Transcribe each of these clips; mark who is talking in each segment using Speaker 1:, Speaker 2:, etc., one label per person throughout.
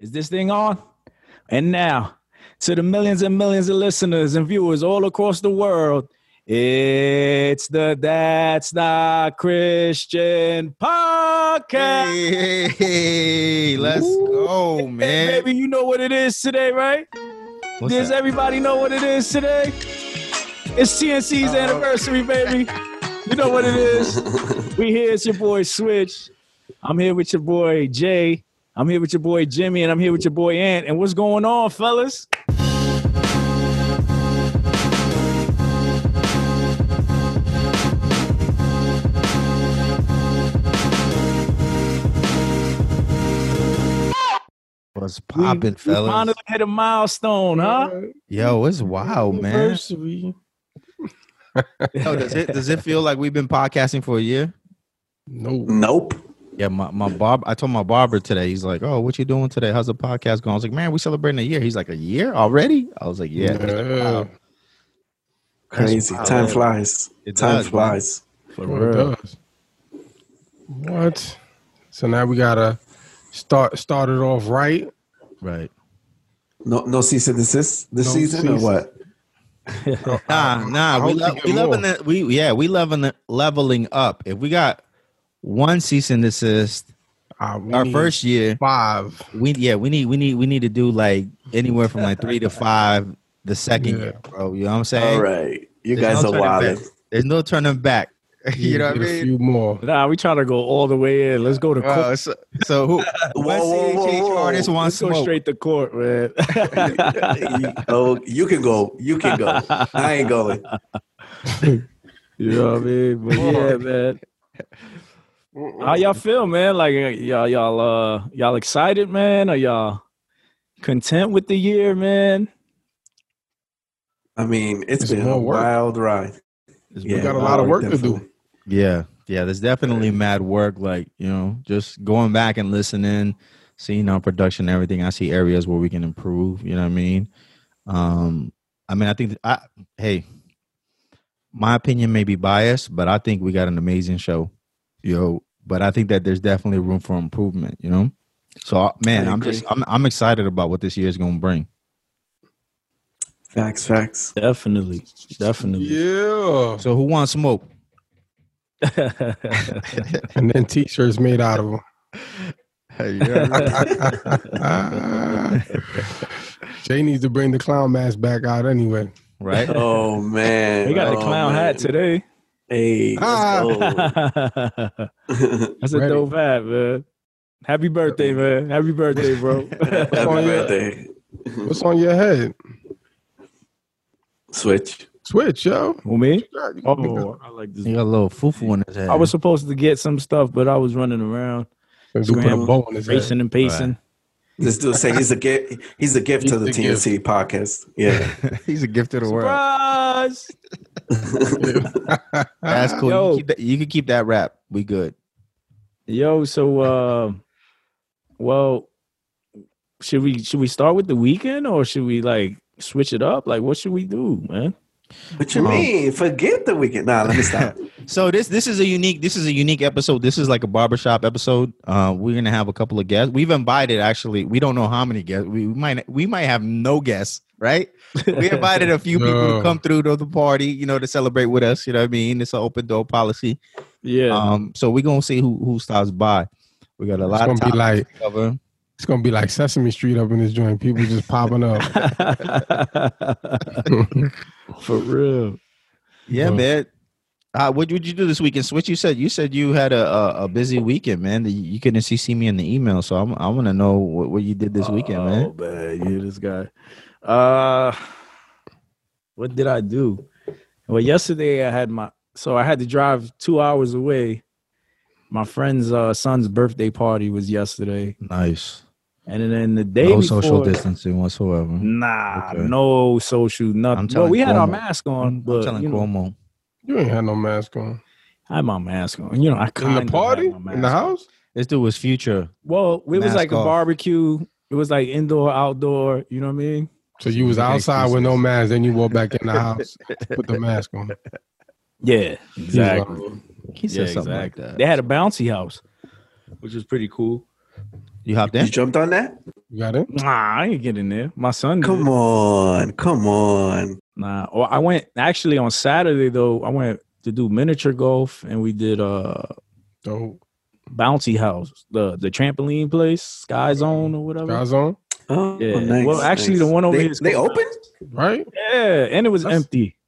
Speaker 1: Is this thing on? And now, to the millions and millions of listeners and viewers all across the world, it's the That's Not Christian podcast.
Speaker 2: Hey, hey, hey, let's
Speaker 1: Ooh.
Speaker 2: go,
Speaker 1: Hey,
Speaker 2: man.
Speaker 1: baby, you know what it is today, right?
Speaker 2: What's
Speaker 1: Does
Speaker 2: that?
Speaker 1: everybody know what it is today? It's TNC's
Speaker 2: Uh-oh.
Speaker 1: anniversary, baby. You know what it is. We here. It's your boy Switch. I'm here with your boy Jay. I'm here with your boy Jimmy, and I'm here with your boy Ant. And what's going on, fellas?
Speaker 2: What's
Speaker 1: We-
Speaker 2: popping,
Speaker 1: we
Speaker 2: fellas?
Speaker 1: finally hit a milestone, huh?
Speaker 2: Yo, it's wild, man.
Speaker 3: Anniversary.
Speaker 2: Yo, does it does it feel like we've been podcasting for a year?
Speaker 3: No.
Speaker 4: Nope.
Speaker 2: Yeah, my, my barb. I told my barber today. He's like, "Oh, what you doing today? How's the podcast going?" I was like, "Man, we celebrating a year." He's like, "A year already?" I was like, "Yeah." He's like,
Speaker 3: Yeah.
Speaker 2: "Wow,
Speaker 4: Crazy.
Speaker 2: wild.
Speaker 4: Time flies.
Speaker 2: It
Speaker 4: Time
Speaker 2: does, man.
Speaker 4: flies.
Speaker 2: for
Speaker 3: Oh, it
Speaker 2: real."
Speaker 3: does. What? So now we gotta start start it off right.
Speaker 2: Right?
Speaker 4: No, no cease and desist this
Speaker 3: No
Speaker 4: season or
Speaker 3: cease.
Speaker 4: what?
Speaker 3: So
Speaker 2: Nah,
Speaker 3: I-
Speaker 2: nah.
Speaker 3: I
Speaker 2: We
Speaker 3: hope
Speaker 2: love
Speaker 3: get
Speaker 2: we
Speaker 3: more.
Speaker 2: loving the we yeah we loving the leveling up. If we got one cease and desist
Speaker 3: Uh, we
Speaker 2: our
Speaker 3: need
Speaker 2: first year,
Speaker 3: five.
Speaker 2: we yeah we need we need we need to do like anywhere from like three to five the second
Speaker 3: Yeah.
Speaker 2: year, bro. You know what I'm saying?
Speaker 4: All right. You
Speaker 2: There's
Speaker 4: guys
Speaker 2: no
Speaker 4: are
Speaker 2: turning
Speaker 4: wild.
Speaker 2: back. There's no turning back. you know what I
Speaker 3: Get A
Speaker 2: mean?
Speaker 3: few more.
Speaker 1: Nah, we trying to go all the way in. Let's go
Speaker 4: Uh,
Speaker 1: to court.
Speaker 2: Bro, so, so who? One
Speaker 4: whoa, whoa,
Speaker 2: CHH
Speaker 4: whoa.
Speaker 2: artist, one
Speaker 1: Let's go
Speaker 2: smoke.
Speaker 1: straight to court, man.
Speaker 4: oh, you can go. You can go. I ain't going.
Speaker 1: you know what I mean? But yeah, man. How y'all feel, man? Like uh, y'all, y'all, uh, y'all excited, man? Are y'all content with the year, man?
Speaker 4: I mean, it's
Speaker 3: It's
Speaker 4: been a
Speaker 3: more work.
Speaker 4: wild ride. oh,
Speaker 3: we got a lot of work to do.
Speaker 2: Yeah, yeah. There's definitely mad work. Like you know, just going back and listening, seeing our production, and everything. I see areas where we can improve. You know what I mean? Um, I mean, I think I. Hey, my opinion may be biased, but I think we got an amazing show. You know, but I think that there's definitely room for improvement. You know, so uh, man,
Speaker 4: I
Speaker 2: I'm
Speaker 4: agree.
Speaker 2: just I'm I'm excited about what this year is going to bring.
Speaker 4: Facts, facts.
Speaker 1: Definitely, definitely.
Speaker 3: Yeah.
Speaker 2: So who wants smoke?
Speaker 3: And then t-shirts made out of them. Ah. Jay needs to bring the clown mask back out anyway.
Speaker 2: right?
Speaker 4: Oh man.
Speaker 1: we got a
Speaker 4: Oh,
Speaker 1: clown
Speaker 4: man.
Speaker 1: hat today.
Speaker 4: Hey, let's
Speaker 3: Ah.
Speaker 4: go.
Speaker 1: That's a
Speaker 3: Ready.
Speaker 1: dope hat, man. Happy birthday, man. Happy birthday, bro.
Speaker 4: Happy
Speaker 3: Oh, yeah.
Speaker 4: birthday.
Speaker 3: What's on your head?
Speaker 4: Switch.
Speaker 3: Switch, yo.
Speaker 1: Who, me?
Speaker 3: Yeah, you can make
Speaker 1: Oh, I like this.
Speaker 2: He got a little fufu in his head.
Speaker 1: I was supposed to get some stuff, but I was running around,
Speaker 3: a- you put a
Speaker 1: Scramble.
Speaker 3: bow on his head.
Speaker 1: racing and pacing.
Speaker 4: This dude saying he's a gift. He's a gift to the
Speaker 3: He's a gift.
Speaker 4: TNC podcast. Yeah.
Speaker 2: He's a gift to the world.
Speaker 1: Surprise!
Speaker 3: Ah.
Speaker 2: That's
Speaker 3: Uh,
Speaker 2: cool. You,
Speaker 1: Yo.
Speaker 2: can keep that, you can keep that rap. We good.
Speaker 1: Yo, so uh, well, should we should we start with the weekend or should we like switch it up? Like, what should we do, man?
Speaker 4: What you
Speaker 1: Oh.
Speaker 2: Um,
Speaker 4: mean? Forget the weekend. Nah, let me stop.
Speaker 2: So this this is a unique this is a unique episode. This is like a barbershop episode. Uh, we're gonna have a couple of guests. We've invited actually. We don't know how many guests. We, we might we might have no guests. Right? We invited a few people
Speaker 3: No.
Speaker 2: to come through to the party. You know, to celebrate with us. You know what I mean? It's an open door policy.
Speaker 1: yeah,
Speaker 2: Um, so we're gonna see who who stops by. We got a lot of
Speaker 3: gonna be
Speaker 2: topics
Speaker 3: like-
Speaker 2: to cover.
Speaker 3: It's gonna be like Sesame Street up in this joint. People just popping up.
Speaker 1: Um, for real.
Speaker 2: Yeah,
Speaker 3: Yeah.
Speaker 2: man. Uh, what would you do this weekend? Switch. You said you said you had a, a, a busy weekend, man. that You couldn't see, see me in the email, so I'm, I want to know what, what you did this weekend, man.
Speaker 1: Oh man, you this guy. Uh, what did I do? Well, yesterday I had my so I had to drive two hours away. My friend's uh, son's birthday party was yesterday,
Speaker 2: Nice.
Speaker 1: and then the day
Speaker 2: no
Speaker 1: before,
Speaker 2: social distancing whatsoever.
Speaker 1: Nah,
Speaker 2: Okay.
Speaker 1: no social, nothing. Well,
Speaker 2: telling
Speaker 1: we had our
Speaker 2: Cuomo.
Speaker 1: mask
Speaker 2: I'm,
Speaker 1: on,
Speaker 2: I'm
Speaker 1: but
Speaker 2: telling
Speaker 1: you know,
Speaker 2: Cuomo.
Speaker 3: You ain't had no mask on.
Speaker 1: I had my mask on. You know, I
Speaker 3: In
Speaker 1: kind
Speaker 3: the party? In the house?
Speaker 2: This dude was future.
Speaker 1: Well, it was
Speaker 2: Mask
Speaker 1: like a
Speaker 2: off.
Speaker 1: barbecue. It was like indoor, outdoor. You know what I mean?
Speaker 3: So you was
Speaker 2: Making
Speaker 3: outside with no
Speaker 2: excuses.
Speaker 3: mask, then you walked back in the house, put the mask on.
Speaker 1: Yeah,
Speaker 3: exactly.
Speaker 2: He said something like that.
Speaker 1: They had a bouncy house, which was pretty cool.
Speaker 2: You hopped in?
Speaker 4: You jumped on that?
Speaker 3: You got it?
Speaker 1: Nah, I ain't getting there. My son. did.
Speaker 4: Come on, come on.
Speaker 1: Nah, or I went actually on Saturday though. I went to do miniature golf, and we did uh
Speaker 3: Dope.
Speaker 1: bouncy house, the the trampoline place, Sky Zone or whatever.
Speaker 3: Guys on?
Speaker 4: Oh,
Speaker 1: Yeah.
Speaker 4: nice,
Speaker 1: well, actually,
Speaker 4: nice.
Speaker 1: the one over
Speaker 4: they,
Speaker 1: here is
Speaker 4: they
Speaker 1: called-
Speaker 4: open.
Speaker 3: Right?
Speaker 1: Yeah, and it was
Speaker 3: That's-
Speaker 1: empty.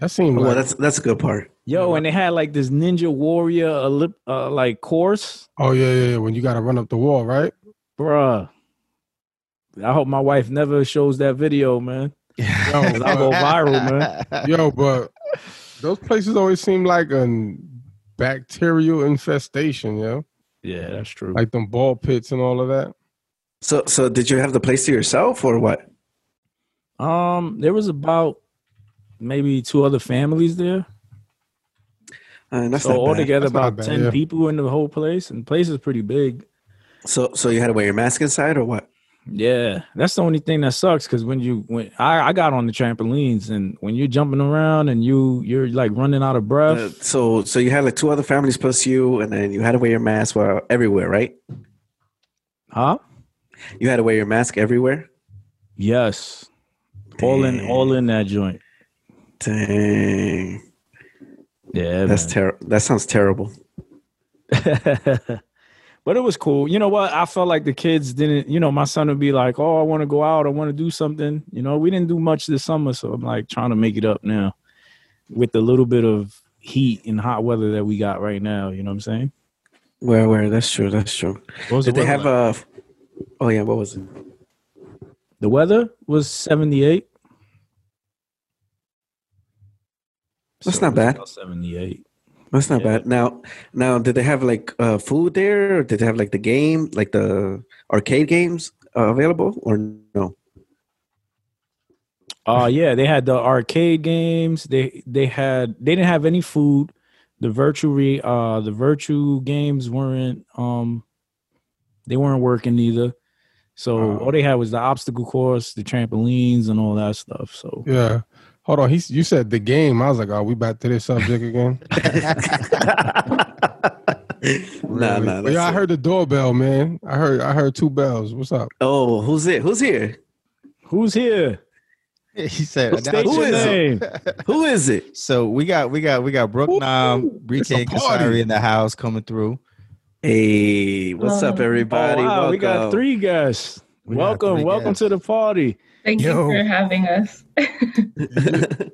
Speaker 3: That seemed
Speaker 4: Well,
Speaker 3: like
Speaker 4: Oh, that's that's a good part.
Speaker 1: Yo, and they had like this Ninja Warrior Olymp- uh, like course,
Speaker 3: Oh yeah, yeah, yeah. When you gotta run up the wall, right?
Speaker 1: bruh. I hope my wife never shows that video, man.
Speaker 3: Yo,
Speaker 1: I go viral,
Speaker 2: man.
Speaker 3: Yo, but those places always seem like a bacterial infestation, yo.
Speaker 1: Yeah, that's true.
Speaker 3: Like them ball pits and all of that.
Speaker 4: So, so did you have the place to yourself or what?
Speaker 1: um, there was about maybe two other families there,
Speaker 4: Uh, that's
Speaker 1: so
Speaker 4: not bad.
Speaker 1: altogether
Speaker 3: That's not
Speaker 1: about
Speaker 3: bad,
Speaker 1: ten
Speaker 3: yeah.
Speaker 1: people in the whole place, and the place is pretty big.
Speaker 4: So, so you had to wear your mask inside or what?
Speaker 1: Yeah, that's the only thing that sucks because when you when I, I got on the trampolines and when you're jumping around and you you're like running out of breath.
Speaker 4: Uh, so, so you had like two other families plus you, and then you had to wear your mask while everywhere, right?
Speaker 1: huh?
Speaker 4: You had to wear your mask everywhere.
Speaker 1: Yes. All in
Speaker 4: Dang.
Speaker 1: all in that joint.
Speaker 4: Dang,
Speaker 1: Yeah.
Speaker 4: that's
Speaker 1: man.
Speaker 4: terrible. That sounds terrible.
Speaker 1: but it was cool. You know what? I felt like the kids didn't, you know, my son would be like, Oh, I want to go out, I want to do something. You know, we didn't do much this summer, so I'm like trying to make it up now with the little bit of heat and hot weather that we got right now. You know what I'm saying?
Speaker 4: Where, where? That's true. That's true.
Speaker 2: What was
Speaker 4: Did
Speaker 2: the
Speaker 4: they
Speaker 2: weather
Speaker 4: have
Speaker 2: like?
Speaker 4: a? Oh yeah, what was it?
Speaker 1: The weather was 78.
Speaker 4: That's
Speaker 1: So
Speaker 4: not
Speaker 1: it was
Speaker 4: bad.
Speaker 1: about 78.
Speaker 4: That's not
Speaker 1: Yeah.
Speaker 4: bad. Now, now, did they have like uh, food there, or did they have like the game, like the arcade games uh, available, or no?
Speaker 1: Oh yeah, they had the arcade games. They they had they didn't have any food. The virtual re, uh the virtual games weren't um they weren't working either. So
Speaker 3: Wow.
Speaker 1: all they had was the obstacle course, the trampolines, and all that stuff. So
Speaker 3: Yeah. Hold on. He's you said the game. I was like, oh, we back to this subject again.
Speaker 4: nah, nah.
Speaker 3: But
Speaker 4: that's
Speaker 3: yeah, I
Speaker 4: it.
Speaker 3: heard the doorbell, man. I heard I heard two bells. What's up?
Speaker 4: Oh, who's it? Who's here?
Speaker 1: who's here?
Speaker 2: He said,
Speaker 1: State
Speaker 4: who
Speaker 1: your
Speaker 4: is
Speaker 1: name.
Speaker 4: Who is it?
Speaker 2: So we got we got we got Brook
Speaker 3: Ooh,
Speaker 2: Nam,
Speaker 3: it's a
Speaker 2: Rike
Speaker 3: party.
Speaker 2: Kasari in the house coming through.
Speaker 4: Hey, what's up, everybody?
Speaker 1: Oh, wow, we got
Speaker 4: Welcome.
Speaker 1: three guests.
Speaker 2: We got
Speaker 1: welcome,
Speaker 2: three
Speaker 1: welcome to the party.
Speaker 5: Thank
Speaker 3: Yo.
Speaker 5: you for having us.
Speaker 4: so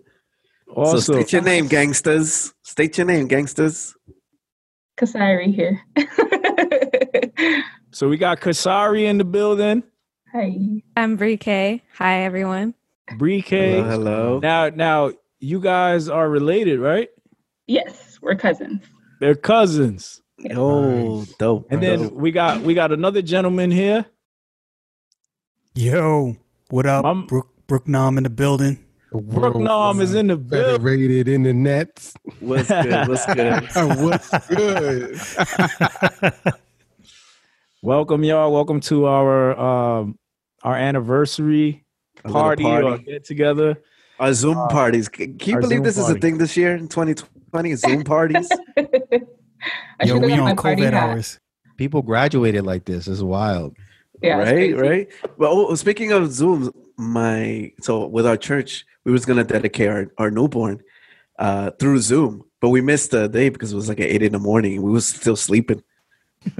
Speaker 1: Also,
Speaker 4: state your name, gangsters. State your name, gangsters.
Speaker 5: Kasari here.
Speaker 1: so we got Kasari in the building.
Speaker 5: Hi.
Speaker 6: I'm Brie Kay. Hi, everyone.
Speaker 1: Bree K.
Speaker 4: Hello, hello.
Speaker 1: Now, now you guys are related, right?
Speaker 5: Yes, we're cousins.
Speaker 1: They're cousins.
Speaker 4: Oh, dope.
Speaker 1: And then
Speaker 4: dope.
Speaker 1: we got we got another gentleman here.
Speaker 7: Yo, what up?
Speaker 1: Mom-
Speaker 7: Brook Brook Nam in the building.
Speaker 3: The
Speaker 1: Brook
Speaker 3: world
Speaker 1: Nam is in the building.
Speaker 3: federated in the nets.
Speaker 4: what's good? What's good?
Speaker 3: What's good?
Speaker 1: Welcome, y'all. Welcome to our um our anniversary
Speaker 4: A little
Speaker 1: party, or
Speaker 4: party.
Speaker 1: get together.
Speaker 4: Our Zoom parties. Can can you
Speaker 1: our
Speaker 4: believe
Speaker 1: Zoom
Speaker 4: this is
Speaker 1: party.
Speaker 4: a thing this year in 2020? Zoom parties.
Speaker 5: I
Speaker 7: Yo,
Speaker 5: should've
Speaker 7: we
Speaker 5: got my
Speaker 7: on
Speaker 5: party
Speaker 7: COVID
Speaker 5: hat.
Speaker 7: hours.
Speaker 2: People graduated like this. It's wild.
Speaker 5: Yeah, it's
Speaker 4: right,
Speaker 5: crazy.
Speaker 4: right. Well, oh, speaking of Zoom, my so with our church, we was gonna dedicate our, our newborn uh, through Zoom, but we missed the day because it was like at eight in the morning. and We was still sleeping.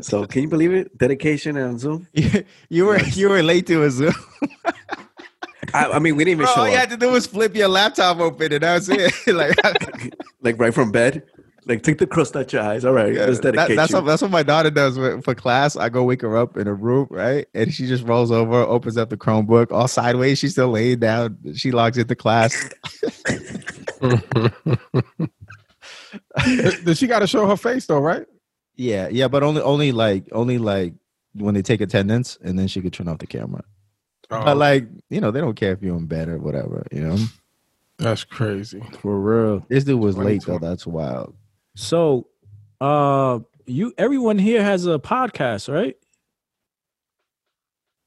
Speaker 4: So can you believe it? Dedication on Zoom.
Speaker 2: you were you were late to a Zoom.
Speaker 4: I, I mean, we didn't even show
Speaker 2: all you
Speaker 4: up
Speaker 2: had to do was flip your laptop open, and that's it. like
Speaker 4: like right from bed. Like take the crust out your eyes. All right,
Speaker 2: Yeah,
Speaker 4: let's
Speaker 2: that-
Speaker 4: dedicate
Speaker 2: that's
Speaker 4: you.
Speaker 2: what that's what my daughter does with- for class. I go wake her up in a room, right? And she just rolls over, opens up the Chromebook, all sideways. She's still laying down. She logs into class.
Speaker 3: Does she gotta show her face though, right?
Speaker 2: yeah, yeah, but only only like only like when they take attendance, and then she could turn off the camera.
Speaker 3: Oh,
Speaker 2: But like you know, they don't care if you're in bed or whatever. You know,
Speaker 3: That's crazy.
Speaker 1: For real.
Speaker 2: this dude was late though.
Speaker 3: 22.
Speaker 2: That's wild.
Speaker 1: So uh you everyone here has a podcast, right?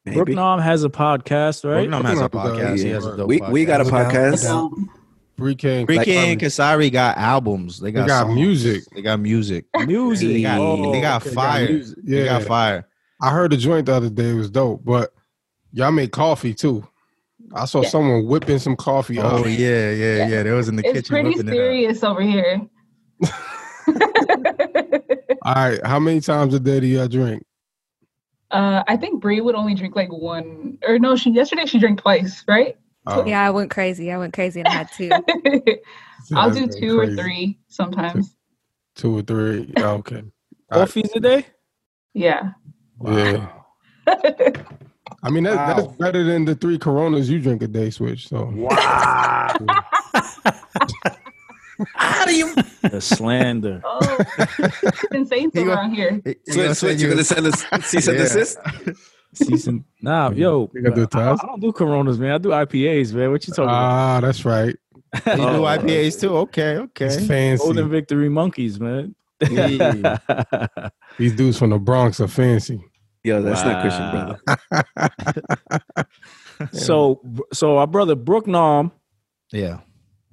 Speaker 1: Brook
Speaker 4: Maybe.
Speaker 1: Nam has a podcast, right?
Speaker 2: Brooklyn has a
Speaker 3: Brooklyn has
Speaker 2: podcast. He
Speaker 3: a
Speaker 4: podcast.
Speaker 2: has a dope
Speaker 4: We- we got a
Speaker 2: podcast.
Speaker 4: podcast.
Speaker 5: But, um,
Speaker 3: Bree King.
Speaker 2: Ricky
Speaker 3: Like-
Speaker 2: and Kasari got albums. They got,
Speaker 3: got
Speaker 2: songs.
Speaker 3: music.
Speaker 2: They got music.
Speaker 1: Music.
Speaker 2: They got,
Speaker 1: Oh,
Speaker 2: they got
Speaker 1: okay,
Speaker 2: fire.
Speaker 3: music.
Speaker 2: They got
Speaker 3: Yeah.
Speaker 2: fire.
Speaker 3: I heard a joint the other day. It was dope, but y'all make coffee too. I saw
Speaker 5: Yeah.
Speaker 3: someone whipping some coffee. up.
Speaker 2: Oh yeah, yeah,
Speaker 5: Yeah.
Speaker 2: yeah. That was in the kitchen.
Speaker 5: it's pretty
Speaker 2: whipping it up.
Speaker 5: serious over here.
Speaker 3: All right. How many times a day do y'all drink?
Speaker 5: uh, I think Brie would only drink like one, or no, she yesterday she drank twice, right?
Speaker 3: Oh,
Speaker 6: Yeah, I went crazy. I went crazy and had two.
Speaker 5: I'll do
Speaker 3: that's
Speaker 5: two
Speaker 3: crazy.
Speaker 5: or three sometimes.
Speaker 3: Two or three. Oh, okay.
Speaker 1: Four fees a day?
Speaker 5: Yeah.
Speaker 3: Yeah. I mean, that's, that's
Speaker 4: Wow.
Speaker 3: better than the three Coronas you drink a day, Switch. So
Speaker 1: Wow. the slander.
Speaker 5: oh, it's insane
Speaker 2: He go-
Speaker 5: around here.
Speaker 2: He- he
Speaker 4: Switch, switch. You're
Speaker 2: gonna
Speaker 4: gonna
Speaker 2: send
Speaker 4: send us cease and
Speaker 2: Yeah.
Speaker 4: desist.
Speaker 1: Season. Nah, yo.
Speaker 3: You gotta do
Speaker 1: I, I
Speaker 3: tabs?
Speaker 1: don't do coronas, man. I do IPAs, man. What you talking about?
Speaker 3: ah, that's right.
Speaker 2: you
Speaker 4: Oh,
Speaker 2: do IPAs too. Okay,
Speaker 3: It's
Speaker 2: okay.
Speaker 1: Golden
Speaker 3: fancy.
Speaker 1: Victory Monkeys, man.
Speaker 2: Yeah.
Speaker 3: These dudes from the Bronx are fancy.
Speaker 4: Yo, that's not Christian,
Speaker 1: Wow.
Speaker 4: brother.
Speaker 1: so, so our brother Brook Nom,
Speaker 2: yeah.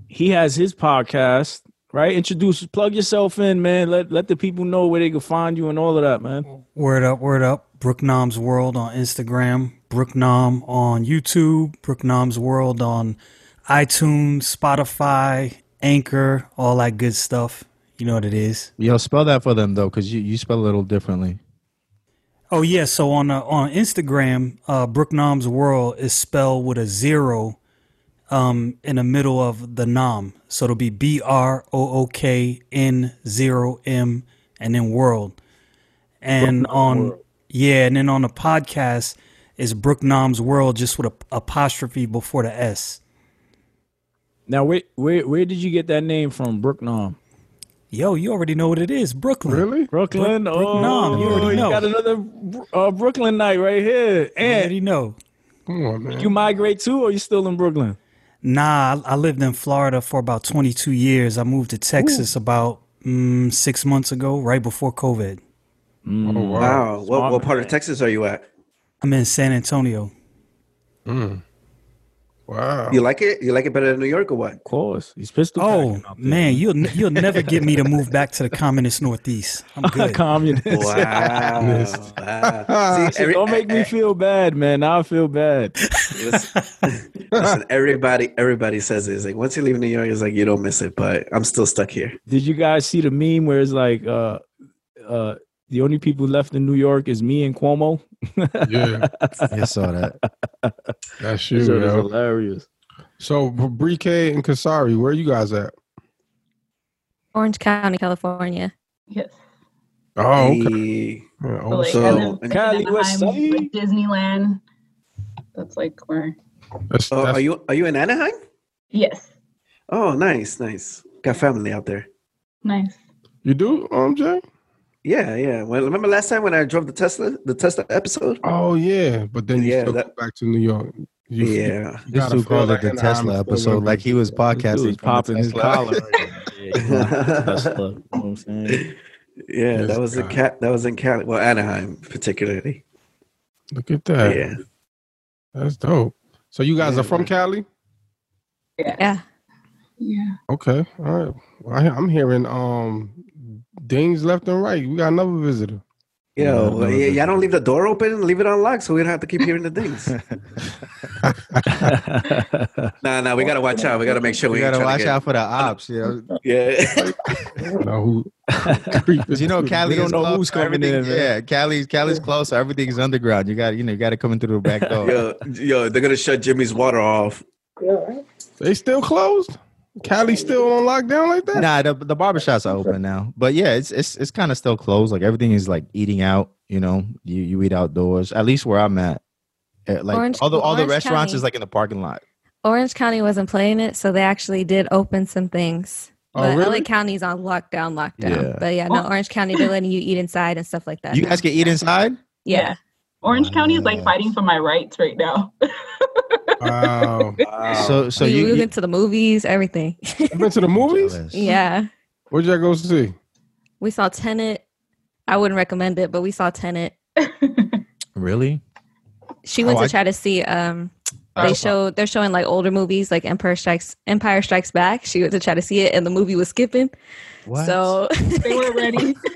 Speaker 1: he has his podcast, right? Introduce, plug yourself in, man. Let let the people know where they can find you and all of that, man.
Speaker 7: Word up, word up. Brooknom's World on Instagram, Brooknom on YouTube, Brooknom's World on iTunes, Spotify, Anchor, all that good stuff. You know what it is.
Speaker 2: Yo, spell that for them though, because you, you spell it a little differently.
Speaker 7: Oh yeah, so on uh, on Instagram, uh, Brooknom's World is spelled with a zero um, in the middle of the nom, so it'll be B R O O K N zero M and then world. And on yeah, and then on the podcast is Brooknom's World just with a apostrophe before the S.
Speaker 1: Now, where where where did you get that name from, Brook Nom?
Speaker 7: Yo, you already know what it is, Brooklyn.
Speaker 3: Really?
Speaker 1: Brooklyn.
Speaker 7: Brook
Speaker 1: oh,
Speaker 7: Nom, you already know.
Speaker 1: got another uh, Brooklyn night right here.
Speaker 7: You
Speaker 1: And
Speaker 7: already know.
Speaker 3: Come on, man.
Speaker 1: you migrate too, or you still in Brooklyn?
Speaker 7: Nah, I I lived in Florida for about 22 years. I moved to Texas about mm, six months ago, right before COVID.
Speaker 3: oh, wow.
Speaker 4: Wow.
Speaker 1: Smart
Speaker 4: What, what part
Speaker 1: man.
Speaker 4: of Texas are you at?
Speaker 7: I'm in San Antonio.
Speaker 3: Wow.
Speaker 4: You like it? You like it better than New York or what?
Speaker 1: Of course, he's pistol.
Speaker 7: Oh
Speaker 1: packing out there.
Speaker 7: man, you'll n- you'll never get me to move back to the communist Northeast. I'm good.
Speaker 1: communist.
Speaker 4: Wow. wow. See,
Speaker 1: Shit,
Speaker 4: every- eh,
Speaker 1: don't make me feel bad, man. Now I feel bad.
Speaker 4: Listen, listen, everybody, everybody says it. It's like once you leave New York, it's like you don't miss it. But I'm still stuck here.
Speaker 1: Did you guys see the meme where it's like, uh, uh, the only people left in New York is me and Cuomo?
Speaker 3: Yeah,
Speaker 2: I saw that.
Speaker 3: that's
Speaker 1: It
Speaker 3: you,
Speaker 1: was
Speaker 3: yo.
Speaker 1: hilarious.
Speaker 3: So, Brie K and Kasari, where you guys at?
Speaker 6: Orange County, California.
Speaker 5: Yes.
Speaker 3: Oh, okay.
Speaker 4: Hey,
Speaker 3: Yeah,
Speaker 5: So,
Speaker 3: oh,
Speaker 5: like,
Speaker 4: so-
Speaker 5: I live in
Speaker 1: Cali, West
Speaker 5: Anaheim,
Speaker 1: Side.
Speaker 5: like, Disneyland. That's like where.
Speaker 3: that's,
Speaker 4: oh,
Speaker 3: that's-
Speaker 4: are you are you in Anaheim?
Speaker 5: Yes.
Speaker 4: Oh, nice, nice. Got family out there.
Speaker 5: Nice.
Speaker 3: you do, um, Jay?
Speaker 4: Yeah, yeah. Well, remember last time when I drove the Tesla, the Tesla episode?
Speaker 3: Oh, yeah. But then you
Speaker 4: Yeah,
Speaker 3: still
Speaker 4: that-
Speaker 3: go back to New York. You,
Speaker 4: Yeah.
Speaker 3: you
Speaker 2: This
Speaker 3: gotta
Speaker 2: dude
Speaker 3: feel
Speaker 2: called it the
Speaker 3: Anaheim
Speaker 2: Tesla
Speaker 3: is still
Speaker 2: episode,
Speaker 3: in-
Speaker 2: like he was
Speaker 1: This
Speaker 2: podcasting.
Speaker 1: dude's
Speaker 2: from the
Speaker 1: popping his
Speaker 2: Tesla.
Speaker 1: collar. Tesla, you know what I'm saying?
Speaker 4: Yeah,
Speaker 3: Yes,
Speaker 4: that was in
Speaker 3: God.
Speaker 4: cat. That was in Cali. Well, Anaheim particularly.
Speaker 3: Look at that.
Speaker 4: Yeah.
Speaker 3: That's dope. So, you guys
Speaker 4: Yeah,
Speaker 3: are from
Speaker 4: man.
Speaker 3: Cali?
Speaker 5: Yeah.
Speaker 6: Yeah.
Speaker 5: Yeah.
Speaker 3: Okay. All right. Well, I, I'm hearing um dings left and right. We got another visitor.
Speaker 4: Yo,
Speaker 2: Yeah,
Speaker 4: yeah,
Speaker 2: that was it.
Speaker 4: y'all don't leave the door open leave it unlocked so we don't have to keep hearing the dings. nah, nah, we gotta watch out. We gotta make sure
Speaker 2: We
Speaker 4: we,
Speaker 2: gotta
Speaker 4: ain't tryna
Speaker 2: watch
Speaker 4: get-
Speaker 2: out for the ops. Yeah,
Speaker 4: Yeah.
Speaker 3: I don't know who. creeping
Speaker 2: 'Cause you know
Speaker 3: through.
Speaker 2: Cali
Speaker 1: We don't
Speaker 2: is
Speaker 1: know
Speaker 2: close
Speaker 1: who's
Speaker 2: to
Speaker 1: coming
Speaker 2: everything-
Speaker 1: in, man.
Speaker 2: Yeah, Cali's Cali's close. so Everything's underground. You got you know you got to come in through the back door.
Speaker 4: yo, yo, they're gonna shut Jimmy's water off.
Speaker 3: They still closed? Cali still on lockdown like that?
Speaker 2: Nah, the, the barbershops are open now, but yeah, it's it's it's kind of still closed. Like everything is like eating out. You know, you you eat outdoors. At least where I'm at, Eh, like
Speaker 6: Orange-
Speaker 2: all the all the
Speaker 6: Orange
Speaker 2: restaurants
Speaker 6: County.
Speaker 2: is like in the parking lot.
Speaker 6: Orange County wasn't playing it, so they actually did open some things.
Speaker 3: Oh,
Speaker 6: But
Speaker 3: really?
Speaker 6: LA County's on lockdown, lockdown.
Speaker 2: Yeah.
Speaker 6: But yeah, no, Orange County they're letting you eat inside and stuff like that.
Speaker 2: You
Speaker 6: now.
Speaker 2: guys can eat inside.
Speaker 6: yeah.
Speaker 5: Orange County is like
Speaker 2: Wow.
Speaker 5: fighting for my rights right now.
Speaker 3: Wow.
Speaker 4: Oh.
Speaker 2: So so
Speaker 6: we
Speaker 2: you,
Speaker 6: we
Speaker 2: you
Speaker 6: went to the movies, everything.
Speaker 3: You been to the movies?
Speaker 2: Jealous.
Speaker 6: yeah.
Speaker 3: Where'd y'all go see?
Speaker 6: We saw Tenet. I wouldn't recommend it, but we saw Tenet.
Speaker 2: really?
Speaker 6: She went
Speaker 2: Oh,
Speaker 6: to
Speaker 2: I-
Speaker 6: try to see um
Speaker 2: Oh,
Speaker 6: they show they're showing like older movies like Empire Strikes Empire Strikes Back. She went to try to see it and the movie was skipping.
Speaker 2: What?
Speaker 6: So
Speaker 5: they were ready.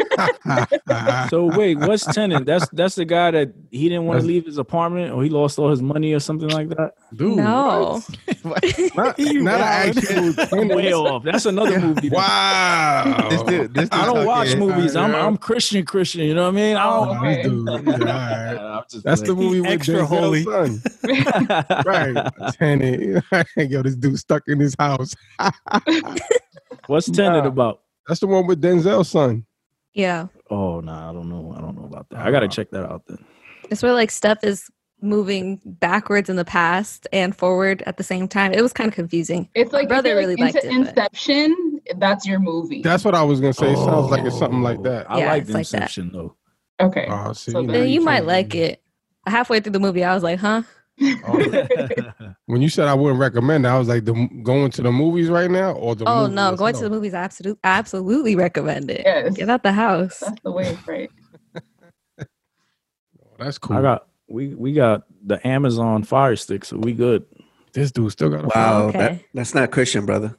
Speaker 3: Ah,
Speaker 1: So wait, what's tenant? That's that's the guy that he didn't want to leave his apartment, or he lost all his money, or something like that.
Speaker 3: Dude,
Speaker 6: no.
Speaker 3: what? not,
Speaker 2: You
Speaker 3: not
Speaker 2: wild.
Speaker 3: an actual
Speaker 1: Way
Speaker 3: tenant.
Speaker 1: off. That's another movie. that-
Speaker 3: Wow.
Speaker 2: This dude- this
Speaker 1: I don't
Speaker 2: Okay.
Speaker 1: watch movies. I'm I'm Christian Christian. You know what I mean? I don't.
Speaker 5: Oh,
Speaker 3: This dude, yeah, all right.
Speaker 1: I'm just
Speaker 3: That's the movie with
Speaker 7: extra
Speaker 3: Denzel
Speaker 7: holy.
Speaker 3: Son.
Speaker 1: the
Speaker 3: Right. Tenant. Yo, this dude stuck in his house.
Speaker 1: What's tenant
Speaker 3: Nah.
Speaker 1: about?
Speaker 3: That's the one with Denzel's son.
Speaker 6: Yeah.
Speaker 1: Oh no, I don't know. I don't know about that. I gotta check that out then.
Speaker 6: It's where like stuff is moving backwards in the past and forward at the same time. It was kind of confusing.
Speaker 5: It's like if
Speaker 6: brother
Speaker 5: you're, like,
Speaker 6: really liked
Speaker 5: into
Speaker 6: it, but-
Speaker 5: Inception. That's your movie.
Speaker 3: That's what I was gonna say. It sounds like it's something like that.
Speaker 1: I
Speaker 6: Yeah,
Speaker 1: like
Speaker 6: it's like that.
Speaker 1: Inception though.
Speaker 5: okay.
Speaker 3: Oh, see,
Speaker 5: So
Speaker 3: now
Speaker 5: then
Speaker 6: Then you might
Speaker 3: can't-
Speaker 6: like it. Halfway through the movie, I was like, huh?
Speaker 3: Oh. When you said I wouldn't recommend it, I was like, the, going to the movies right now or the
Speaker 6: Oh
Speaker 3: movie
Speaker 6: no, going to the
Speaker 3: itself?
Speaker 6: movies, I absolutely, absolutely recommend it.
Speaker 5: Yes.
Speaker 6: Get out the house.
Speaker 5: That's the way, right?
Speaker 3: Oh, That's
Speaker 8: Hmm.
Speaker 3: cool.
Speaker 1: I got we we got the Amazon Fire Stick, so we good,
Speaker 3: this dude still got a
Speaker 1: Oh,
Speaker 4: Wow,
Speaker 6: Okay.
Speaker 4: that, that's not Christian, brother.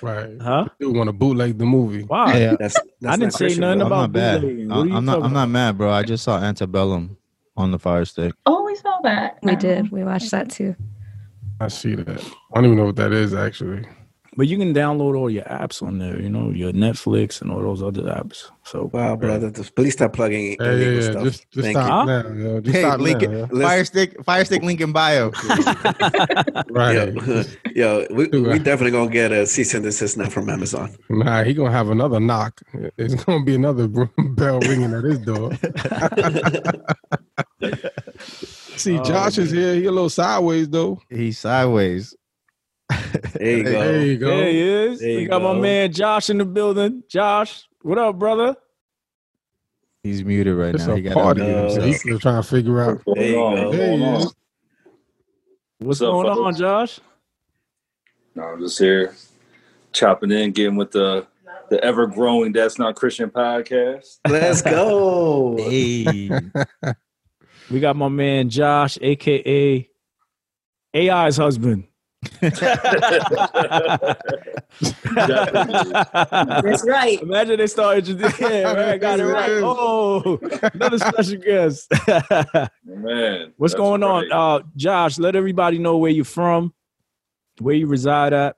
Speaker 3: right.
Speaker 1: huh?
Speaker 3: Dude want to bootleg the movie.
Speaker 1: Wow.
Speaker 2: Yeah.
Speaker 4: That's, that's
Speaker 1: I didn't
Speaker 4: not
Speaker 1: say
Speaker 4: Christian,
Speaker 1: nothing
Speaker 2: I'm
Speaker 4: brother.
Speaker 1: about
Speaker 2: not bad. Uh,
Speaker 1: bootlegging. What are you
Speaker 2: I'm not.
Speaker 1: talking
Speaker 2: I'm
Speaker 1: about?
Speaker 2: not mad, bro. I just saw Antebellum on the Fire Stick.
Speaker 5: Oh, we saw that.
Speaker 6: We did. We watched that too.
Speaker 3: I see that. I don't even know what that is actually.
Speaker 1: But you can download all your apps on there, you know, your Netflix and all those other apps. So
Speaker 4: Wow, brother. Just, please stop plugging
Speaker 3: Yeah, yeah,
Speaker 4: illegal
Speaker 3: yeah.
Speaker 4: stuff.
Speaker 3: Just, just
Speaker 4: Thank
Speaker 3: stop
Speaker 1: you.
Speaker 3: now. Yo. Just
Speaker 2: Hey,
Speaker 3: stop
Speaker 2: link
Speaker 3: now, yo.
Speaker 4: Let's-
Speaker 2: Fire Stick. Fire Stick. Link in bio.
Speaker 3: Right.
Speaker 4: Yo, yo we,
Speaker 3: Do
Speaker 4: we
Speaker 3: it.
Speaker 4: definitely gonna get a cease and desist now from Amazon.
Speaker 3: Nah, he gonna have another knock. It's gonna be another br- bell ringing at his door. See,
Speaker 1: Oh,
Speaker 3: Josh is here. He a little sideways though.
Speaker 2: He's sideways.
Speaker 4: There you go.
Speaker 3: There you go.
Speaker 1: there he is. we
Speaker 4: There you
Speaker 1: got my
Speaker 4: go.
Speaker 1: man Josh in the building. Josh, what up, brother?
Speaker 2: He's muted right
Speaker 3: It's
Speaker 2: now.
Speaker 3: a
Speaker 2: He got
Speaker 3: party.
Speaker 2: unmute
Speaker 4: so-
Speaker 3: So
Speaker 2: himself.
Speaker 3: he's still trying to figure out.
Speaker 4: There you go.
Speaker 8: Going on,
Speaker 3: There
Speaker 8: going
Speaker 3: he
Speaker 8: on.
Speaker 3: is.
Speaker 1: What's
Speaker 8: What's up,
Speaker 1: going
Speaker 8: fellas?
Speaker 1: on, Josh?
Speaker 8: No, I'm just here chopping in, getting with the the ever growing That's Not Christian podcast.
Speaker 4: Let's go.
Speaker 2: Hey.
Speaker 1: We got my man Josh, aka AI's husband.
Speaker 9: That's right.
Speaker 1: Imagine they start introducing. Yeah, right, got it right. Oh, another special guest.
Speaker 8: Man,
Speaker 1: What's
Speaker 8: that's
Speaker 1: going
Speaker 8: right.
Speaker 1: on, uh, Josh? Let everybody know where you're from, where you reside at.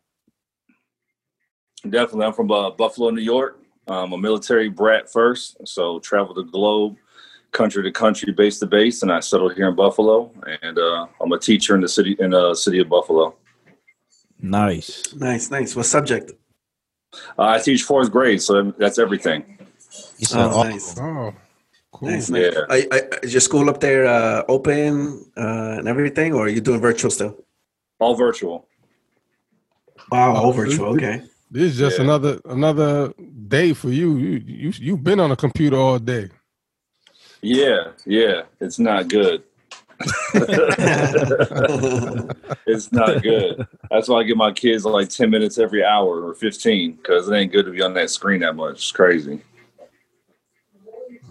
Speaker 8: Definitely, I'm from uh, Buffalo, New York. I'm a military brat first, so traveled the globe, country to country, base to base, and I settled here in Buffalo. And uh, I'm a teacher in the city in the city of Buffalo.
Speaker 1: Nice.
Speaker 4: Nice, nice. What subject?
Speaker 8: Uh, I teach fourth grade, so that's everything.
Speaker 2: He said,
Speaker 4: Oh,
Speaker 2: "Oh,
Speaker 4: nice.
Speaker 3: Oh, cool.
Speaker 4: Nice, nice.
Speaker 8: Yeah.
Speaker 4: Are- are- is your school up there uh, open uh, and everything, or are you doing virtual still?
Speaker 8: All virtual.
Speaker 4: Wow, all
Speaker 3: Oh,
Speaker 4: virtual.
Speaker 3: it-
Speaker 4: Okay.
Speaker 3: This is just
Speaker 8: Yeah.
Speaker 3: another another day for you. You you you've been on a computer all day.
Speaker 8: Yeah, yeah, it's not good. it's not good. That's why I give my kids like 10 minutes every hour or 15 because it ain't good to be on that screen that much. It's crazy.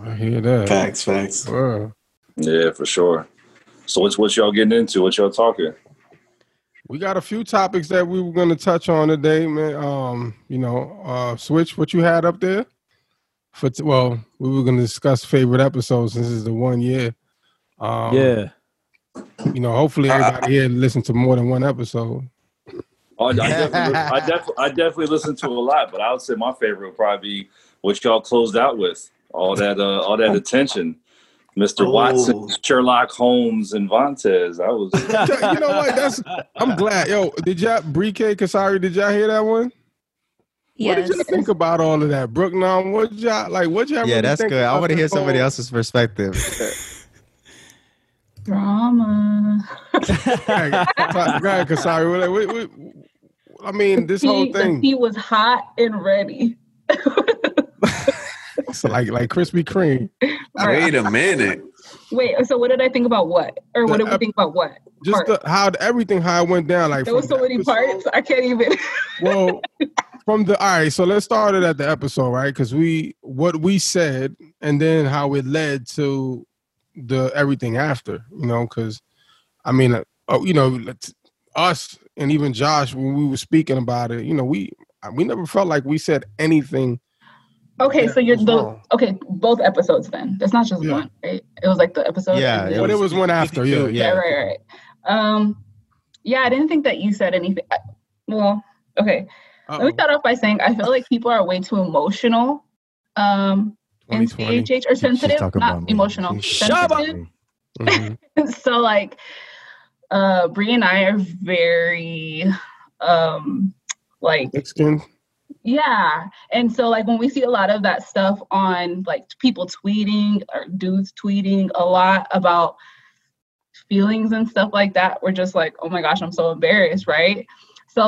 Speaker 3: I hear that.
Speaker 4: facts, facts.
Speaker 3: Wow.
Speaker 8: Yeah, for sure. So, what's what y'all getting into? What y'all talking?
Speaker 3: We got a few topics that we were going to touch on today, man. Um, you know, uh, switch what you had up there. For t- well, we were going to discuss favorite episodes since it's the one year. Um,
Speaker 1: yeah.
Speaker 3: You know, hopefully everybody here listened to more than one episode.
Speaker 8: Oh, I, definitely, I, def- I definitely listen to a lot, but I would say my favorite would probably be what y'all closed out with all that uh, all that attention. Mr.
Speaker 4: Oh.
Speaker 8: Watson, Sherlock Holmes, and Vontez. I was
Speaker 3: you know what? That's I'm glad. Yo, did y'all Bree K Kasari? Did y'all hear that one?
Speaker 6: Yes.
Speaker 3: What did y'all think about all of that, Brooke? Now, what y'all like? What y'all?
Speaker 2: yeah,
Speaker 3: really
Speaker 2: that's
Speaker 3: think
Speaker 2: good. I
Speaker 3: about
Speaker 2: want to
Speaker 3: this
Speaker 2: hear somebody
Speaker 3: whole-
Speaker 2: else's perspective.
Speaker 5: Drama.
Speaker 3: Right, right, Kasari. we're like, we- we- I mean, this whole thing.
Speaker 5: He was hot and ready.
Speaker 3: It's like like Krispy Kreme.
Speaker 4: Wait a minute.
Speaker 5: Wait, so what did I think about what? Or what
Speaker 3: The
Speaker 5: did we
Speaker 3: ep-
Speaker 5: think about what?
Speaker 3: Just
Speaker 5: Part.
Speaker 3: the, how the- everything how it went down. Like
Speaker 5: There was
Speaker 3: from
Speaker 5: so
Speaker 3: the
Speaker 5: many
Speaker 3: episode-
Speaker 5: parts. I can't even.
Speaker 3: Well, from the all right. So let's start it at the episode, right? Because we what we said and then how it led to the everything after. You know, because I mean, uh, oh, you know, let's- us and even uh, Josh when we were speaking about it. You know, we we never felt like we said anything
Speaker 5: Okay, so you're
Speaker 3: What's
Speaker 5: the
Speaker 3: wrong?
Speaker 5: okay both episodes then. That's not just
Speaker 3: Yeah.
Speaker 5: one, right? It was like the episode.
Speaker 2: Yeah,
Speaker 5: and
Speaker 3: But
Speaker 5: then-
Speaker 3: it was one after, yeah.
Speaker 5: yeah, right, right. Um, yeah, I didn't think that you said anything. I, well, okay. Let me
Speaker 3: Uh-oh.
Speaker 5: start off by saying I feel like people are way too emotional. Um, in
Speaker 3: 2020.
Speaker 5: CHH or
Speaker 2: She- she's
Speaker 5: sensitive,
Speaker 2: talking about
Speaker 5: not
Speaker 2: me.
Speaker 5: emotional.
Speaker 2: She's
Speaker 1: Shut up.
Speaker 5: Sensitive.
Speaker 3: Mhm.
Speaker 5: so like uh Bree and I are very um like
Speaker 3: Thick skin.
Speaker 5: yeah. And so like when we see a lot of that stuff on like people tweeting or dudes tweeting a lot about feelings and stuff like that, we're just like, "Oh my gosh, I'm so embarrassed," right? So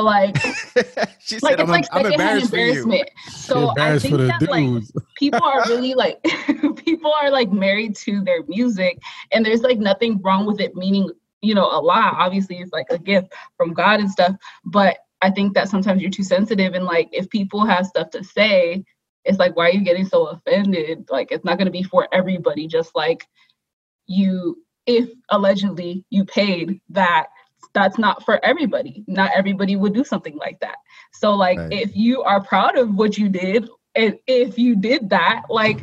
Speaker 5: like
Speaker 2: she
Speaker 5: like
Speaker 2: said,
Speaker 5: it's
Speaker 2: I'm,
Speaker 5: like
Speaker 2: I'm
Speaker 5: secondhand
Speaker 2: embarrassed for you.
Speaker 5: embarrassment. So I
Speaker 3: embarrassed
Speaker 5: think
Speaker 3: for the
Speaker 5: that like
Speaker 3: dudes.
Speaker 5: people are really like people are like married to their music and there's like nothing wrong with it meaning you know a lot obviously it's like a gift from god and stuff but i think that sometimes you're too sensitive and like if people have stuff to say it's like why are you getting so offended like it's not going to be for everybody just like you if allegedly you paid that that's not for everybody not everybody would do something like that so like
Speaker 2: Right.
Speaker 5: if you are proud of what you did and if you did that like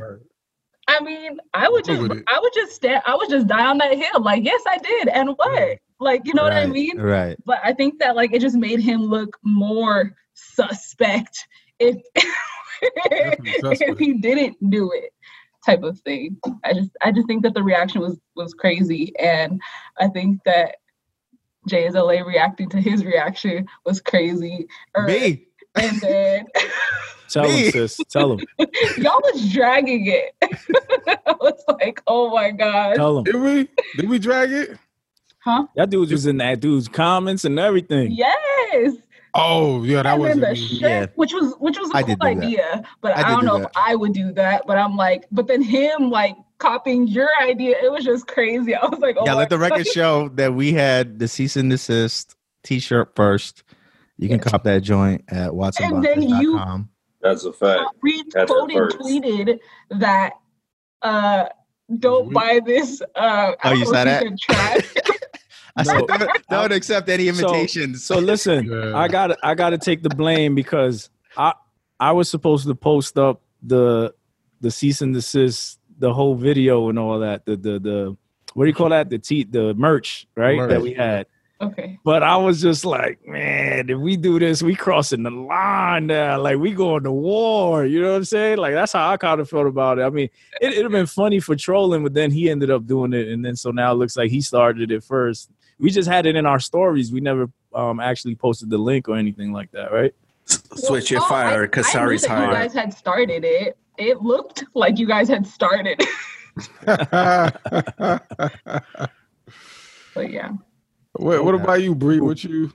Speaker 5: i mean i would
Speaker 3: Go
Speaker 5: just
Speaker 3: with it.
Speaker 5: i would just stand i would just die on that hill like yes i did and what like you know what i
Speaker 2: Right,
Speaker 5: mean
Speaker 2: Right.
Speaker 5: but i think that like it just made him look more suspect if
Speaker 3: Definitely
Speaker 5: if
Speaker 3: suspect.
Speaker 5: he didn't do it type of thing i just i just think that the reaction was was crazy and i think that JSLA reacting to his reaction was crazy. Or-
Speaker 2: Me.
Speaker 5: And then
Speaker 1: Tell
Speaker 2: Me.
Speaker 1: him, sis. Tell him.
Speaker 5: y'all was dragging it. I was like, oh my god.
Speaker 1: Tell him.
Speaker 3: Did we? Did we drag it?
Speaker 5: Huh?
Speaker 1: That dude was in that dude's comments and everything.
Speaker 5: Yes.
Speaker 3: Oh, yeah, that
Speaker 5: and then
Speaker 3: wasn't
Speaker 5: the
Speaker 3: me.
Speaker 5: shirt,
Speaker 2: Yeah.
Speaker 5: which was which was a
Speaker 2: I
Speaker 5: cool
Speaker 2: did do that.
Speaker 5: idea, but
Speaker 2: I
Speaker 5: I,
Speaker 2: did
Speaker 5: don't
Speaker 2: do
Speaker 5: know
Speaker 2: that.
Speaker 5: if I would do that. But I'm like, but then him like copying your idea, it was just crazy. I was like, oh
Speaker 2: yeah,
Speaker 5: my
Speaker 2: let the record
Speaker 5: God.
Speaker 2: show that we had the cease and desist T-shirt first. You can cop that joint at
Speaker 5: And then you-
Speaker 2: watsonboxes.com.
Speaker 8: That's a fact.
Speaker 5: Reed
Speaker 8: That's
Speaker 5: quoted
Speaker 8: first.
Speaker 5: tweeted that uh don't
Speaker 3: Mhm.
Speaker 5: buy this uh
Speaker 2: Mm-hmm. Oh,
Speaker 5: I don't
Speaker 2: you
Speaker 5: know
Speaker 2: saw
Speaker 5: if
Speaker 2: that?
Speaker 5: said trash.
Speaker 1: No.
Speaker 2: I said, don't, don't accept any
Speaker 1: So-
Speaker 2: invitations.
Speaker 1: So listen,
Speaker 3: Yeah.
Speaker 1: I got to I got to take the blame because I I was supposed to post up the the cease and desist, the whole video and all that, the the the what do you call that? The te- the merch, right? That
Speaker 3: Merch.
Speaker 1: we had.
Speaker 5: okay.
Speaker 1: But I was just like, man, if we do this, we crossing the line now. Like we going to war. You know what I'm saying? Like that's how I kind of felt about it. I mean, it would have been funny for trolling, but then he ended up doing it, and then so now it looks like he started it first. We just had it in our stories. We never um, actually posted the link or anything like that, right?
Speaker 8: Switch your
Speaker 5: Well, Oh, I-
Speaker 8: fire,
Speaker 5: I knew
Speaker 8: Kasari's
Speaker 5: that you
Speaker 8: higher.
Speaker 5: guys had started it. It looked like you guys had started. but yeah.
Speaker 3: what, what about you, Bree? What you?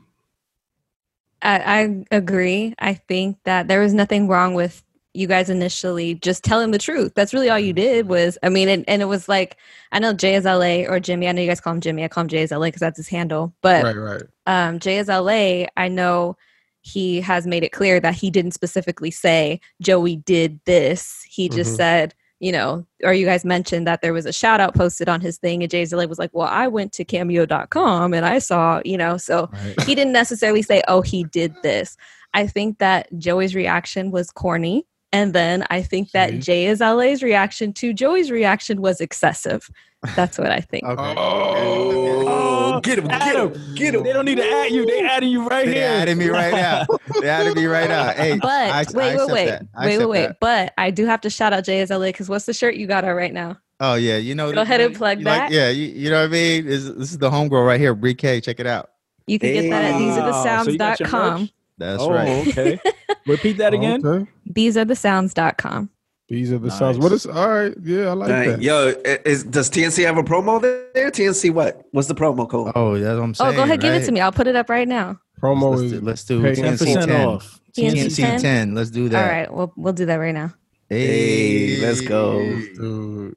Speaker 6: I, I agree. I think that there was nothing wrong with you guys initially just telling the truth. That's really all you did was, I mean, and, and it was like, I know Jay is LA or Jimmy. I know you guys call him Jimmy. I call him Jay is LA because that's his handle. But
Speaker 3: Right, right.
Speaker 6: um, Jay is LA. I know he has made it clear that he didn't specifically say Joey did this. He just
Speaker 3: Mhm.
Speaker 6: said, you know, or you guys mentioned that there was a shout out posted on his thing, and Jay is LA was like, well, I went to cameo.com and I saw, you know, so he didn't necessarily say, "Oh, he did this." I think that Joey's reaction was corny, and then I think that
Speaker 3: Mhm.
Speaker 6: Jay is LA's reaction to Joey's reaction was excessive. That's what I think.
Speaker 2: Okay.
Speaker 1: Oh,
Speaker 8: Oh, get him, get
Speaker 1: Adam.
Speaker 8: him, get him.
Speaker 1: They don't need to add you. They adding you right
Speaker 2: They
Speaker 1: here.
Speaker 2: added me right now. They added me right now. Hey,
Speaker 6: But
Speaker 2: I- I
Speaker 6: wait, wait,
Speaker 2: accept
Speaker 6: wait,
Speaker 2: that. I
Speaker 6: wait, wait,
Speaker 2: accept
Speaker 6: wait.
Speaker 2: that.
Speaker 6: But I do have to shout out Jay is LA because what's the shirt you got on right now?
Speaker 2: Oh yeah, you know.
Speaker 6: Go ahead and plug
Speaker 2: you like-
Speaker 6: that.
Speaker 2: yeah, you, you know what I mean. This, this is the homegirl right here, Brie K. Check it out.
Speaker 6: You can get that at these are the
Speaker 1: Wow, so you got your
Speaker 6: sounds.com.
Speaker 1: merch?
Speaker 2: That's
Speaker 1: oh,
Speaker 2: right.
Speaker 1: okay. Repeat
Speaker 3: Oh,
Speaker 1: that again.
Speaker 3: Okay.
Speaker 6: these are the sounds.com.
Speaker 3: These are the
Speaker 1: Nice.
Speaker 3: sounds. What is? All right. Yeah, I like
Speaker 8: Dang,
Speaker 3: that.
Speaker 8: Yo, i- is, does TNC have a promo there? TNC what? What's the promo code?
Speaker 2: Oh, that's what I'm saying.
Speaker 6: Oh, go ahead, give it to
Speaker 2: right?
Speaker 6: me. I'll put it up right now.
Speaker 3: Promo
Speaker 2: Let's,
Speaker 3: is
Speaker 2: do- let's do
Speaker 3: Pay
Speaker 1: Ten
Speaker 2: TNC
Speaker 1: percent
Speaker 2: ten.
Speaker 1: off.
Speaker 6: TNC
Speaker 2: TNC
Speaker 6: 10?
Speaker 2: ten. Let's do
Speaker 6: All
Speaker 2: that.
Speaker 6: right, we'll we'll do that right now.
Speaker 8: Hey, let's go.
Speaker 3: dude.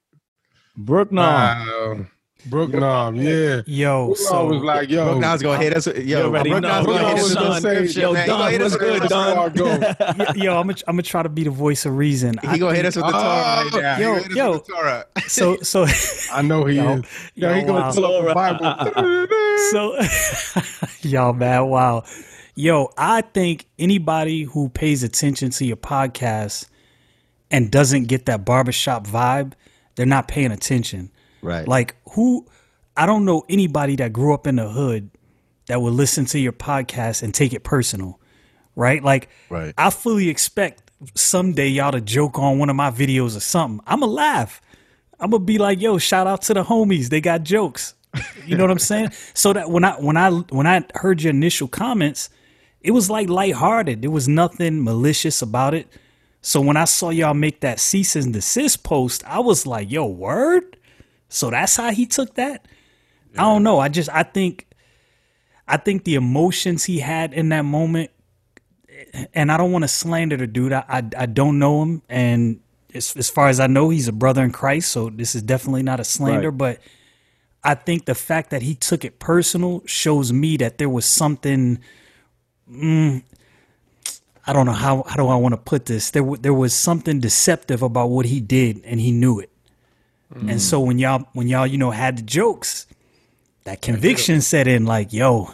Speaker 1: Brook Nom.
Speaker 3: Wow. Brook Nom, yeah. Brook Nom
Speaker 7: Yo,
Speaker 3: was
Speaker 7: so
Speaker 3: like, yo,
Speaker 2: Brook Now's gonna hit us. with- Yo,
Speaker 1: already
Speaker 2: Brook Now's
Speaker 1: know.
Speaker 2: gonna hit
Speaker 1: Brook
Speaker 2: us with
Speaker 1: Now's
Speaker 2: a
Speaker 3: gonna say,
Speaker 2: subscription,
Speaker 1: Yo,
Speaker 2: man. He
Speaker 1: Don,
Speaker 2: gonna hit us
Speaker 1: what's
Speaker 2: with a
Speaker 1: good, Don?
Speaker 7: y- yo, I'm gonna I'm gonna try to be the voice of reason. I
Speaker 2: He gonna hit
Speaker 7: think-
Speaker 2: us with the Torah right
Speaker 3: Oh,
Speaker 2: now. He
Speaker 7: yo,
Speaker 2: gonna hit us
Speaker 7: yo.
Speaker 2: with the Torah.
Speaker 7: so so
Speaker 3: I know he
Speaker 7: Yo,
Speaker 3: is. Yo, he
Speaker 7: yo,
Speaker 3: gonna
Speaker 7: wow.
Speaker 3: pull up the Bible.
Speaker 7: So, y'all, man, wow. Yo, I think anybody who pays attention to your podcast and doesn't get that barbershop vibe, they're not paying attention.
Speaker 2: Right.
Speaker 7: Like who I don't know anybody that grew up in the hood that would listen to your podcast and take it personal. Right? Like
Speaker 3: Right.
Speaker 7: I fully expect someday y'all to joke on one of my videos or something. I'ma laugh. I'ma be like, yo, shout out to the homies. They got jokes. You know what I'm saying? So that when I when I when I heard your initial comments, it was like lighthearted. There was nothing malicious about it. So when I saw y'all make that cease and desist post, I was like, yo, word? So that's how he took that? I don't know. I just I think I think the emotions he had in that moment and I don't want to slander the dude. I, I I don't know him, and as as far as I know, he's a brother in Christ. So this is definitely not a slander. But I think the fact that he took it personal shows me that there was something. Mm, I don't know how how do I want to put this. There wa- there was something deceptive about what he did, and he knew it.
Speaker 3: Mm.
Speaker 7: And so when y'all when y'all you know had the jokes, that conviction set in. Like yo,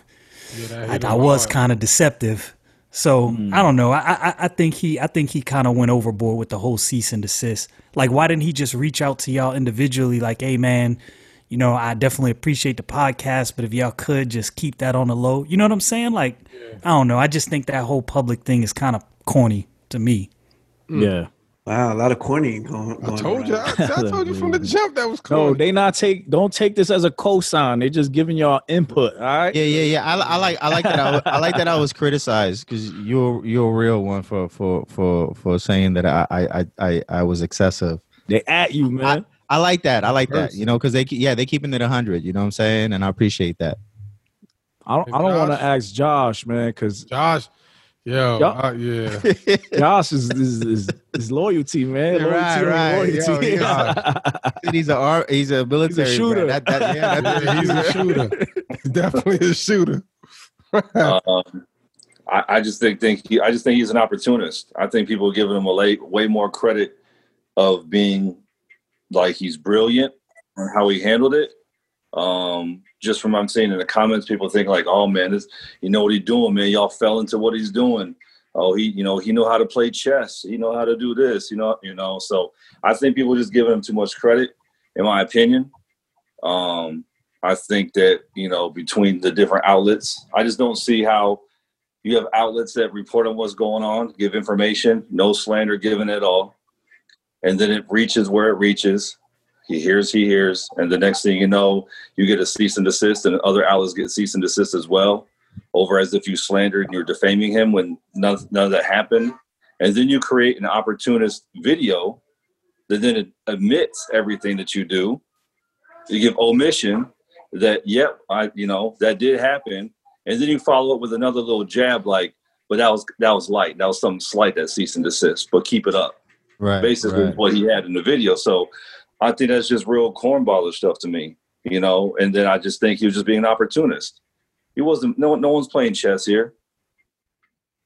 Speaker 3: Yeah, that
Speaker 7: I,
Speaker 3: hit
Speaker 7: I
Speaker 3: him
Speaker 7: was
Speaker 3: hard. Mm.
Speaker 7: kind of deceptive. So I don't know. I, I I think he I think he kind of went overboard with the whole cease and desist. Like, why didn't he just reach out to y'all individually? Like, hey man, you know, I definitely appreciate the podcast, but if y'all could just keep that on the low, you know what I'm saying? Like, I don't know. I just think that whole public thing is kind of corny to me.
Speaker 1: Yeah.
Speaker 4: Wow, a lot of corny going.
Speaker 3: I
Speaker 4: going
Speaker 3: told you.
Speaker 4: around.
Speaker 3: I, I told you from the jump that was cool.
Speaker 1: No, they not take. Don't take this as a cosign. They just giving y'all input. All right.
Speaker 2: Yeah, yeah, yeah. I, I like, I like that. I, wa- I like that I was criticized because you're you're a real one for for for for saying that I I I I, I was excessive.
Speaker 1: They at you, man.
Speaker 2: I like that. I like that. You know, because they ke- yeah they keeping it hundred. You know what I'm saying? And I appreciate that.
Speaker 1: I, don't. I don't want to ask Josh, man, because
Speaker 3: Josh. Yo,
Speaker 1: Yup.
Speaker 3: uh, yeah.
Speaker 1: Josh is is, is, is loyalty, man.
Speaker 2: Yeah, right,
Speaker 1: Loyalty
Speaker 2: right.
Speaker 1: ain't loyalty.
Speaker 2: he's a ar- he's a military brat.
Speaker 1: shooter.
Speaker 2: That, that, yeah, that-
Speaker 3: Yeah, he's a shooter. He's definitely a shooter.
Speaker 8: um, I, I just think think he, I just think he's an opportunist. I think people are giving him a late, way more credit of being like he's brilliant on how he handled it. Um, just from what I'm seeing in the comments, people think like, "Oh man, this you know what he's doing, man. Y'all fell into what he's doing. Oh, he you know he know how to play chess. He know how to do this. You know you know." So I think people are just giving him too much credit, in my opinion. Um, I think that you know between the different outlets, I just don't see how you have outlets that report on what's going on, give information, no slander given at all, and then it reaches where it reaches. He hears, he hears, and the next thing you know, you get a cease and desist, and other outlets get cease and desist as well, over as if you slandered and you're defaming him when none, none of that happened, and then you create an opportunist video that then admits everything that you do. You give omission, that yep i you know that did happen and then you follow up with another little jab like but that was that was light that was something slight that cease and desist but keep it up
Speaker 2: right.
Speaker 8: basically
Speaker 2: right.
Speaker 8: what he had in the video so i think that's just real cornballer stuff to me you know and then i just think he was just being an opportunist he wasn't no no one's playing chess here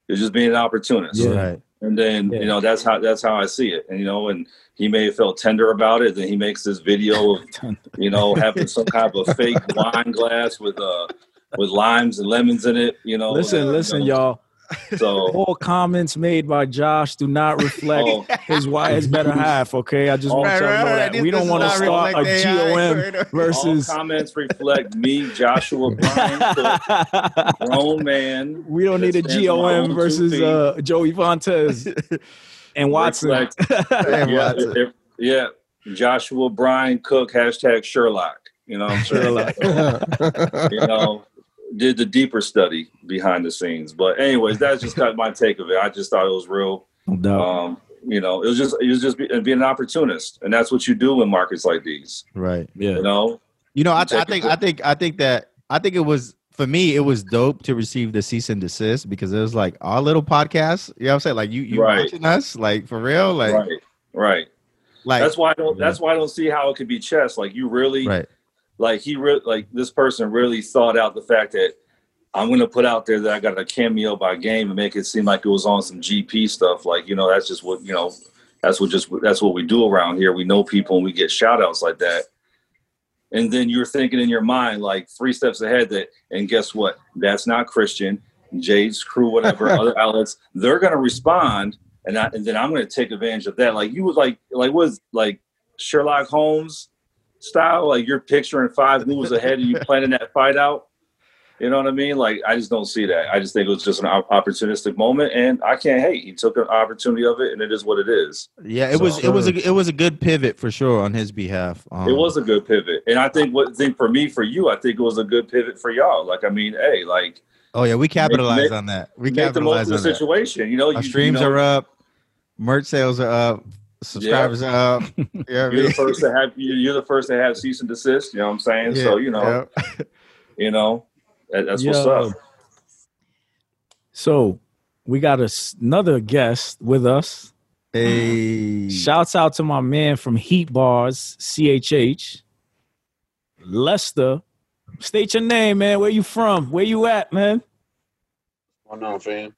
Speaker 8: he was just being an opportunist
Speaker 1: Yeah.
Speaker 2: Right.
Speaker 8: and then
Speaker 1: Yeah.
Speaker 8: you know that's how that's how I see it. And you know, and he may have felt tender about it. Then he makes this video of you know having some kind of a fake wine glass with uh with limes and lemons in it. You know,
Speaker 1: Listen,
Speaker 8: and, you
Speaker 1: listen,
Speaker 8: know,
Speaker 1: y'all.
Speaker 8: So
Speaker 1: All comments made by Josh do not reflect
Speaker 8: oh,
Speaker 1: his wife, his better half. Okay, I just
Speaker 8: Oh.
Speaker 1: want
Speaker 8: Right,
Speaker 1: y'all to know that we don't want to start a GOM
Speaker 8: all
Speaker 1: versus.
Speaker 8: comments reflect me, Joshua Bryan, Cook, grown man.
Speaker 1: we don't need a
Speaker 8: that stands on my
Speaker 1: GOM
Speaker 8: own
Speaker 1: versus
Speaker 8: two feet.
Speaker 1: uh, Joey Vontez and Watson.
Speaker 8: Reflect- yeah,
Speaker 2: Watson.
Speaker 8: if- yeah, Joshua Bryan Cook hashtag Sherlock. You know, what I'm saying?
Speaker 1: Sherlock.
Speaker 8: you know, did the deeper study behind the scenes. But anyways, that's just kind of my take of it. I just thought it was real.
Speaker 1: No doubt.
Speaker 8: Um, you know, it was just it was just be, being an opportunist, and that's what you do in markets like these.
Speaker 2: Right.
Speaker 1: yeah.
Speaker 8: You know,
Speaker 2: You know, I,
Speaker 8: You
Speaker 2: I
Speaker 8: take a
Speaker 2: think
Speaker 8: quick-
Speaker 2: I think I think that I think it was for me. It was dope to receive the cease and desist because it was like our little podcast. You know what I'm saying? Like you, you
Speaker 8: Right.
Speaker 2: watching us, like for real, like
Speaker 8: right, right.
Speaker 2: like
Speaker 8: That's why I don't. That's why I don't see how it could be chess. Like you really,
Speaker 2: right,
Speaker 8: like he really, like this person really thought out the fact that I'm gonna put out there that I got a cameo by game and make it seem like it was on some GP stuff. Like you know, that's just what you know. That's what just that's what we do around here. We know people and we get shout outs like that. And then you're thinking in your mind like three steps ahead that and guess what? That's not Christian. Jade's crew, whatever other outlets, they're gonna respond and I, and then I'm going to take advantage of that. Like you was like like was like Sherlock Holmes style. Like you're picturing five moves ahead and you planning that fight out. You know what I mean? Like I just don't see that. I just think it was just an op- opportunistic moment, and I can't hate. He took an opportunity of it, and it is what it is.
Speaker 2: Yeah, it was it was a it was a good pivot for sure on his behalf. Um,
Speaker 8: It was a good pivot, and I think what thing for me for you, I think it was a good pivot for y'all. Like I mean, hey, like
Speaker 2: Oh yeah, we capitalized
Speaker 8: make-
Speaker 2: on that. We
Speaker 8: make the most
Speaker 2: capitalized
Speaker 8: of the
Speaker 2: on that.
Speaker 8: situation. You know,
Speaker 2: Our
Speaker 8: you,
Speaker 2: streams
Speaker 8: you know,
Speaker 2: are up, merch sales are up, subscribers are up. Yeah,
Speaker 8: You're the first to have you- you're the first to have cease and desist. You know what I'm saying? so you know, you know, that, that's what's
Speaker 1: Yo.
Speaker 8: up.
Speaker 1: So we got a s another guest with us.
Speaker 2: Hey,
Speaker 1: Shouts out to my man from Heat Bars, CHH, Lester. State your name, man. Where you from? Where you at, man?
Speaker 9: What's going on, fam?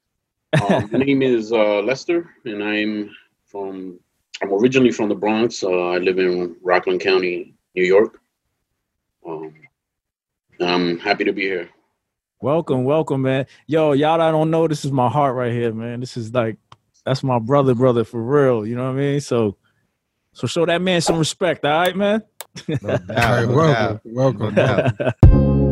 Speaker 9: Um, my name is uh, Lester, and I'm from. I'm originally from the Bronx. Uh, I live in Rockland County, New York. Um, and I'm happy to be here.
Speaker 1: Welcome, welcome, man. Yo, y'all that don't know, this is my heart right here, man. This is like, that's my brother, brother for real. You know what I mean? So, so show that man some respect, all right, man.
Speaker 2: No doubt, no
Speaker 3: welcome,
Speaker 2: doubt,
Speaker 3: welcome.
Speaker 2: no doubt.